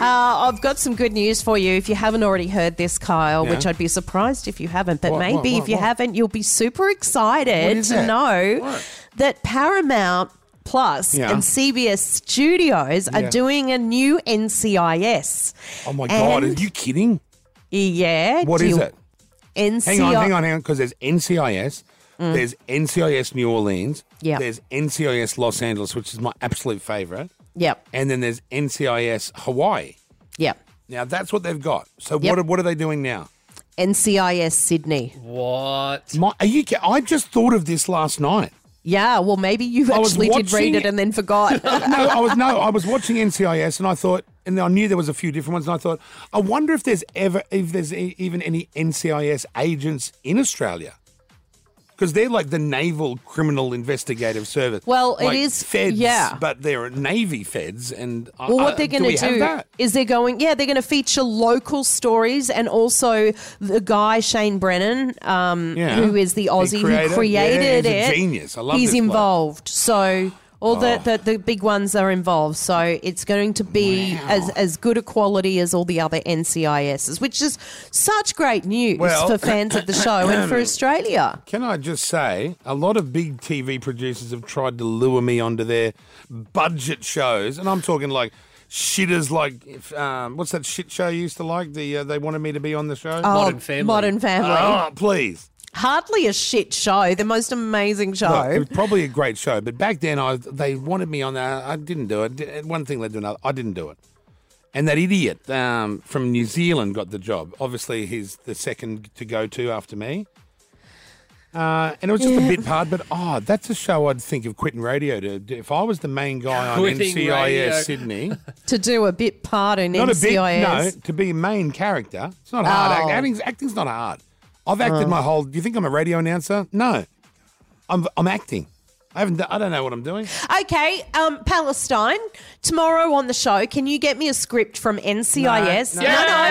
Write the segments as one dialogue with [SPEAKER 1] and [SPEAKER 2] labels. [SPEAKER 1] Uh, I've got some good news for you if you haven't already heard this, Kyle,
[SPEAKER 2] Yeah.
[SPEAKER 1] which I'd be surprised if you haven't, but
[SPEAKER 2] What,
[SPEAKER 1] maybe
[SPEAKER 2] what, what,
[SPEAKER 1] if you
[SPEAKER 2] what?
[SPEAKER 1] haven't, you'll be super
[SPEAKER 2] What
[SPEAKER 1] excited
[SPEAKER 2] is
[SPEAKER 1] to
[SPEAKER 2] it?
[SPEAKER 1] know
[SPEAKER 2] What?
[SPEAKER 1] that Paramount Plus
[SPEAKER 2] Yeah.
[SPEAKER 1] and CBS Studios are
[SPEAKER 2] Yeah.
[SPEAKER 1] doing a new NCIS.
[SPEAKER 2] Oh my god, are
[SPEAKER 1] And-
[SPEAKER 2] you kidding?
[SPEAKER 1] Yeah.
[SPEAKER 2] What
[SPEAKER 1] do
[SPEAKER 2] is
[SPEAKER 1] you-
[SPEAKER 2] it?
[SPEAKER 1] NCIS.
[SPEAKER 2] Hang on, hang on, hang on, because there's NCIS, there's NCIS New Orleans,
[SPEAKER 1] Mm. Yeah.
[SPEAKER 2] there's NCIS Los Angeles, which is my absolute favorite,
[SPEAKER 1] Yep.
[SPEAKER 2] and then there's NCIS Hawaii.
[SPEAKER 1] Yep.
[SPEAKER 2] Now that's what they've got. So
[SPEAKER 1] Yep.
[SPEAKER 2] what are, what are they doing now?
[SPEAKER 1] NCIS Sydney.
[SPEAKER 3] What?
[SPEAKER 2] My, are you? ki- I just thought of this last night.
[SPEAKER 1] Yeah, well, maybe you
[SPEAKER 2] I was
[SPEAKER 1] actually did read
[SPEAKER 2] watching
[SPEAKER 1] it
[SPEAKER 2] it.
[SPEAKER 1] and then forgot.
[SPEAKER 2] no, I was no, I was watching NCIS, and I thought, and I knew there was a few different ones, and I thought, I wonder if there's ever, if there's e- even any NCIS agents in Australia, because they're like the Naval Criminal Investigative Service.
[SPEAKER 1] Well, it
[SPEAKER 2] Like
[SPEAKER 1] is-
[SPEAKER 2] feds,
[SPEAKER 1] yeah.
[SPEAKER 2] but they're Navy feds, and I-
[SPEAKER 1] Well, what
[SPEAKER 2] I-
[SPEAKER 1] they're going to
[SPEAKER 2] Uh, we have
[SPEAKER 1] do
[SPEAKER 2] that?
[SPEAKER 1] is they're going, yeah, they're going to feature local stories and also the guy Shane Brennan, um,
[SPEAKER 2] Yeah.
[SPEAKER 1] who is the
[SPEAKER 2] He
[SPEAKER 1] Aussie
[SPEAKER 2] created-
[SPEAKER 1] who created
[SPEAKER 2] yeah, he's
[SPEAKER 1] it.
[SPEAKER 2] a genius. I love
[SPEAKER 1] He's
[SPEAKER 2] this bloke. Oh.
[SPEAKER 1] involved, so all the, the the big ones are involved. So it's going to be as as good a quality as all the other NCISs, which is such great news
[SPEAKER 2] Well-
[SPEAKER 1] for fans of the show and for Australia.
[SPEAKER 2] Can I just say, a lot of big TV producers have tried to lure me onto their budget shows, and I'm talking like shitters like if, um, what's that shit show you used to like? The uh, they wanted me to be on the show.
[SPEAKER 1] Oh,
[SPEAKER 3] Modern Family.
[SPEAKER 1] Modern Family.
[SPEAKER 2] Oh, please.
[SPEAKER 1] Hardly a shit show. The most amazing show.
[SPEAKER 2] Look, it was probably a great show, but back then I they wanted me on that. I didn't do it. Di- One thing led to another. I didn't do it. And that idiot um, from New Zealand got the job. Obviously, he's the second to go to after me. Uh, and it was just a bit hard, but oh, that's a show I'd think of quitting radio to. do. If I was the main guy on
[SPEAKER 3] Quitting
[SPEAKER 2] NCIS
[SPEAKER 3] radio.
[SPEAKER 2] Sydney,
[SPEAKER 1] to do a bit part in
[SPEAKER 2] not a bit,
[SPEAKER 1] NCIS.
[SPEAKER 2] no, to be a main character, it's not hard.
[SPEAKER 1] Oh. Hmm.
[SPEAKER 2] Act- Acting's, acting's not hard. I've acted my whole. Do you think I'm a radio announcer? No, I'm I'm acting. I haven't. d- I don't know what I'm doing.
[SPEAKER 1] Okay, um, Palestine. Tomorrow on the show, can you get me a script from NCIS?
[SPEAKER 2] No,
[SPEAKER 1] No,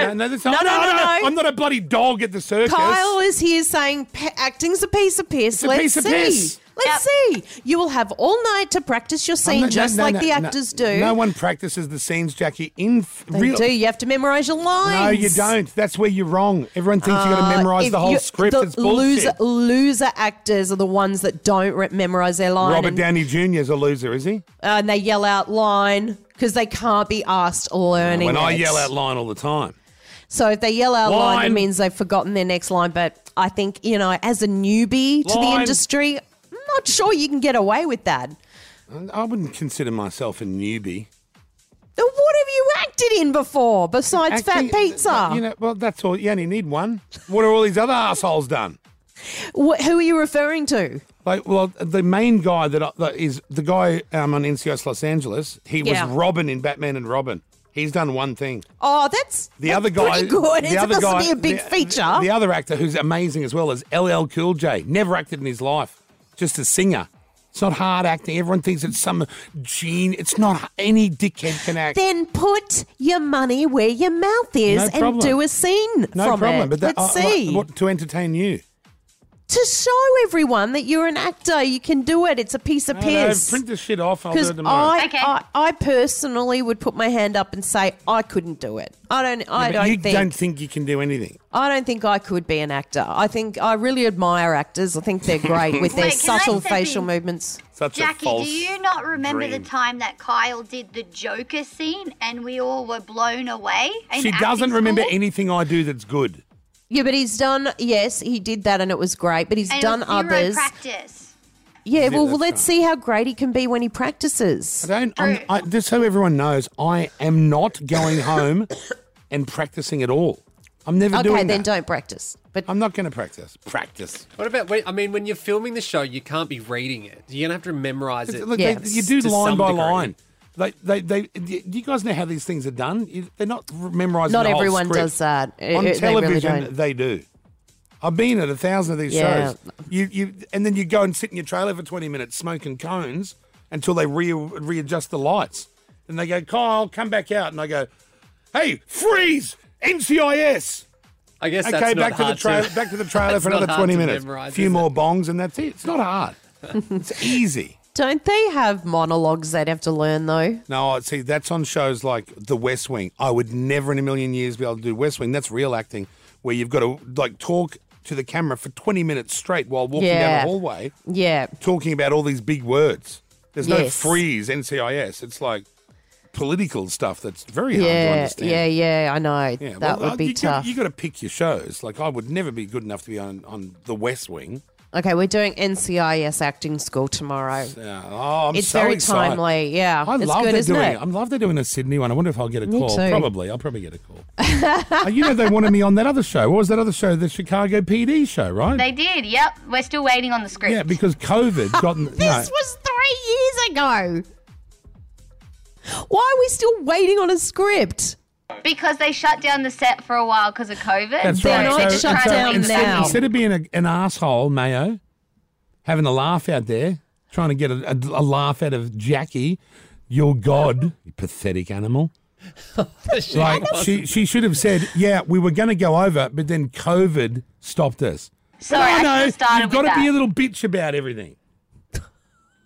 [SPEAKER 1] no,
[SPEAKER 2] no, that's
[SPEAKER 1] no,
[SPEAKER 2] not-
[SPEAKER 1] no, no, no.
[SPEAKER 2] I'm not a bloody dog at the circus.
[SPEAKER 1] Kyle is here saying "P- acting's a piece of piss.
[SPEAKER 2] a
[SPEAKER 1] Let's
[SPEAKER 2] piece of
[SPEAKER 1] see.
[SPEAKER 2] piss.
[SPEAKER 1] Let's see. You will have all night to practice your
[SPEAKER 2] I'm
[SPEAKER 1] scene,
[SPEAKER 2] not- no,
[SPEAKER 1] just
[SPEAKER 2] no,
[SPEAKER 1] like
[SPEAKER 2] no,
[SPEAKER 1] the
[SPEAKER 2] no.
[SPEAKER 1] actors do.
[SPEAKER 2] No one practices the scenes, Jackie. In f-
[SPEAKER 1] They
[SPEAKER 2] real,
[SPEAKER 1] do. You have to memorize your lines. Uh,
[SPEAKER 2] No, you don't. That's where you're wrong. Everyone thinks you you got to memorize
[SPEAKER 1] If
[SPEAKER 2] the whole
[SPEAKER 1] you-
[SPEAKER 2] script.
[SPEAKER 1] the
[SPEAKER 2] it's bullshit.
[SPEAKER 1] Loser, loser actors are the ones that don't re- memorize their line.
[SPEAKER 2] Robert
[SPEAKER 1] and- uh,
[SPEAKER 2] Downey Jr. is a loser, is he?
[SPEAKER 1] and they yell out line because they can't be asked learning.
[SPEAKER 2] When I
[SPEAKER 1] it.
[SPEAKER 2] yell out line all the time.
[SPEAKER 1] so if they yell out line, it
[SPEAKER 2] Line.
[SPEAKER 1] means they've forgotten their next line. But I think you know, as a newbie to the
[SPEAKER 2] Line.
[SPEAKER 1] industry, I'm not sure you can get away with that.
[SPEAKER 2] I wouldn't consider myself a newbie.
[SPEAKER 1] Then What have you acted in before besides
[SPEAKER 2] Acting-
[SPEAKER 1] Fat Pizza?
[SPEAKER 2] You know, well, that's all. You only need one. What are all these other assholes done?
[SPEAKER 1] Wh- who are you referring to?
[SPEAKER 2] Like, well, the main guy that, I, that is the guy um, on NCIS Los Angeles. He
[SPEAKER 1] Yeah.
[SPEAKER 2] was Robin in Batman and Robin. He's done one thing.
[SPEAKER 1] Oh, that's
[SPEAKER 2] The
[SPEAKER 1] that's
[SPEAKER 2] other guy,
[SPEAKER 1] pretty good.
[SPEAKER 2] The
[SPEAKER 1] it's
[SPEAKER 2] other
[SPEAKER 1] supposed
[SPEAKER 2] guy,
[SPEAKER 1] to be a big
[SPEAKER 2] the-
[SPEAKER 1] feature.
[SPEAKER 2] The other actor who's amazing as well is LL Cool J. Never acted in his life, just a singer. It's not hard acting. Everyone thinks it's some gene. It's not any dickhead can act.
[SPEAKER 1] then put your money where your mouth is
[SPEAKER 2] No
[SPEAKER 1] and
[SPEAKER 2] problem.
[SPEAKER 1] do a scene
[SPEAKER 2] no
[SPEAKER 1] from
[SPEAKER 2] problem.
[SPEAKER 1] it.
[SPEAKER 2] But that,
[SPEAKER 1] Let's
[SPEAKER 2] I- I-
[SPEAKER 1] see.
[SPEAKER 2] what- to entertain you.
[SPEAKER 1] to show everyone that you're an actor. You can do it. It's a piece of
[SPEAKER 2] No, no,
[SPEAKER 1] piss.
[SPEAKER 2] print this shit off. I'll do
[SPEAKER 1] Because
[SPEAKER 2] it tomorrow.
[SPEAKER 1] I,
[SPEAKER 4] Okay.
[SPEAKER 1] I, I personally would put my hand up and say I couldn't do it. I don't. I
[SPEAKER 2] But
[SPEAKER 1] don't
[SPEAKER 2] you
[SPEAKER 1] think.
[SPEAKER 2] don't think you can do anything.
[SPEAKER 1] I don't think I could be an actor. I think I really admire actors. I think they're great with their
[SPEAKER 4] Wait, can I
[SPEAKER 1] subtle
[SPEAKER 4] step
[SPEAKER 1] facial
[SPEAKER 4] in?
[SPEAKER 1] movements.
[SPEAKER 2] Such
[SPEAKER 4] Jackie, do you not remember
[SPEAKER 2] dream.
[SPEAKER 4] the time that Kyle did the Joker scene and we all were blown away? in
[SPEAKER 2] She
[SPEAKER 4] acting
[SPEAKER 2] doesn't remember
[SPEAKER 4] school?
[SPEAKER 2] anything I do that's good.
[SPEAKER 1] Yeah, but he's done. Yes, he did that, and it was great. But he's
[SPEAKER 4] And it
[SPEAKER 1] done
[SPEAKER 4] was zero
[SPEAKER 1] others.
[SPEAKER 4] practice.
[SPEAKER 1] yeah. Well,
[SPEAKER 2] that's
[SPEAKER 1] let's
[SPEAKER 2] right.
[SPEAKER 1] see how great he can be when he practices.
[SPEAKER 2] I don't. I'm,
[SPEAKER 4] True.
[SPEAKER 2] I, just so everyone knows, I am not going home and practicing at all. I'm never
[SPEAKER 1] Okay,
[SPEAKER 2] doing
[SPEAKER 1] then
[SPEAKER 2] that.
[SPEAKER 1] don't practice. But
[SPEAKER 2] I'm not going to practice. Practice.
[SPEAKER 3] What about when? I mean, when you're filming the show, you can't be reading it. You're gonna have to memorize it.
[SPEAKER 2] Look,
[SPEAKER 1] Yes.
[SPEAKER 2] they, you do
[SPEAKER 3] To
[SPEAKER 2] line
[SPEAKER 3] some
[SPEAKER 2] by
[SPEAKER 3] degree.
[SPEAKER 2] line. They, they, they, do you guys know how these things are done? You- They're not memorizing.
[SPEAKER 1] Not
[SPEAKER 2] the whole
[SPEAKER 1] everyone
[SPEAKER 2] script.
[SPEAKER 1] does that. It-
[SPEAKER 2] On
[SPEAKER 1] it- they really
[SPEAKER 2] television,
[SPEAKER 1] don't.
[SPEAKER 2] they do. I've been at a thousand of these
[SPEAKER 1] Yeah.
[SPEAKER 2] shows. You, you, and then you go and sit in your trailer for twenty minutes smoking cones until they re- readjust the lights, and they go, "Kyle, come back out." And I go, "Hey, freeze! NCIS."
[SPEAKER 3] I guess
[SPEAKER 2] okay,
[SPEAKER 3] that's not
[SPEAKER 2] back to the
[SPEAKER 3] hard
[SPEAKER 2] trailer. Back to the trailer
[SPEAKER 3] That's
[SPEAKER 2] for
[SPEAKER 3] not
[SPEAKER 2] another
[SPEAKER 3] hard
[SPEAKER 2] twenty
[SPEAKER 3] to
[SPEAKER 2] minutes.
[SPEAKER 3] memorize,
[SPEAKER 2] few
[SPEAKER 3] is it?
[SPEAKER 2] more bongs, and that's it. It's not hard. it's easy.
[SPEAKER 1] Don't they have monologues they'd have to learn though?
[SPEAKER 2] No, I- see, that's on shows like The West Wing. I would never in a million years be able to do West Wing. That's real acting, where you've got to like talk to the camera for 20 minutes straight while walking
[SPEAKER 1] Yeah.
[SPEAKER 2] down a hallway,
[SPEAKER 1] Yeah.
[SPEAKER 2] talking about all these big words. There's no
[SPEAKER 1] Yes.
[SPEAKER 2] freeze NCIS. It's like political stuff that's very hard to
[SPEAKER 1] Yeah.
[SPEAKER 2] understand.
[SPEAKER 1] Yeah, yeah, I know.
[SPEAKER 2] Yeah,
[SPEAKER 1] that
[SPEAKER 2] well, uh,
[SPEAKER 1] would be
[SPEAKER 2] you
[SPEAKER 1] tough.
[SPEAKER 2] Got, you got to pick your shows. Like I would never be good enough to be on, on The West Wing.
[SPEAKER 1] okay, we're doing NCIS acting school tomorrow.
[SPEAKER 2] Yeah. Oh, I'm
[SPEAKER 1] it's
[SPEAKER 2] so
[SPEAKER 1] very
[SPEAKER 2] excited.
[SPEAKER 1] timely. Yeah.
[SPEAKER 2] I
[SPEAKER 1] it's
[SPEAKER 2] love
[SPEAKER 1] good,
[SPEAKER 2] they're
[SPEAKER 1] isn't
[SPEAKER 2] doing.
[SPEAKER 1] it?
[SPEAKER 2] I love they're doing a Sydney one. I wonder if I'll get a call.
[SPEAKER 1] too.
[SPEAKER 2] Probably, I'll probably get a call. Uh, you know, they wanted me on that other show. What was that other show? The Chicago PD show, right?
[SPEAKER 4] They did. Yep. We're still waiting on the script.
[SPEAKER 2] yeah, because COVID got. no,
[SPEAKER 1] This was three years ago. Why are we still waiting on a script?
[SPEAKER 4] Because they shut down the set for a while because of COVID.
[SPEAKER 2] that's
[SPEAKER 1] they're
[SPEAKER 2] right.
[SPEAKER 1] not
[SPEAKER 2] So-
[SPEAKER 1] shut
[SPEAKER 2] so
[SPEAKER 1] down
[SPEAKER 2] instead,
[SPEAKER 1] now.
[SPEAKER 2] Instead of being a, an asshole, Mayo, having a laugh out there, trying to get a, a- a laugh out of Jackie, your god, you pathetic animal. Like she, she should have said, "Yeah, we were going to go over, but then COVID stopped us."
[SPEAKER 4] Sorry, I,
[SPEAKER 2] no,
[SPEAKER 4] should've
[SPEAKER 2] no,
[SPEAKER 4] started
[SPEAKER 2] you've got
[SPEAKER 4] with
[SPEAKER 2] to be
[SPEAKER 4] that.
[SPEAKER 2] a little bitch about everything.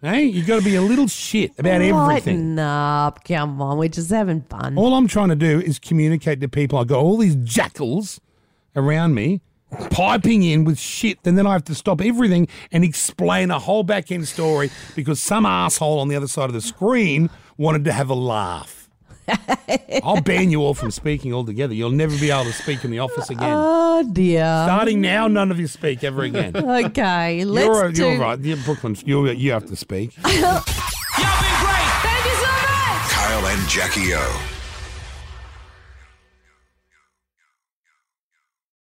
[SPEAKER 2] hey, you've got to be a little shit about everything. Oh.
[SPEAKER 1] Lighten up. Come on. We're just having fun.
[SPEAKER 2] All I'm trying to do is communicate to people. I've got all these jackals around me piping in with shit, and then I have to stop everything and explain a whole back end story because some asshole on the other side of the screen wanted to have a laugh. I'll ban you all from speaking altogether. You'll never be able to speak in the office again.
[SPEAKER 1] Oh, dear.
[SPEAKER 2] Starting now, none of you speak ever again.
[SPEAKER 1] Okay. Let's
[SPEAKER 2] you're,
[SPEAKER 1] do.
[SPEAKER 2] you're right. Yeah, Brooklyn, you you have to speak.
[SPEAKER 5] Kyle and Jackie O.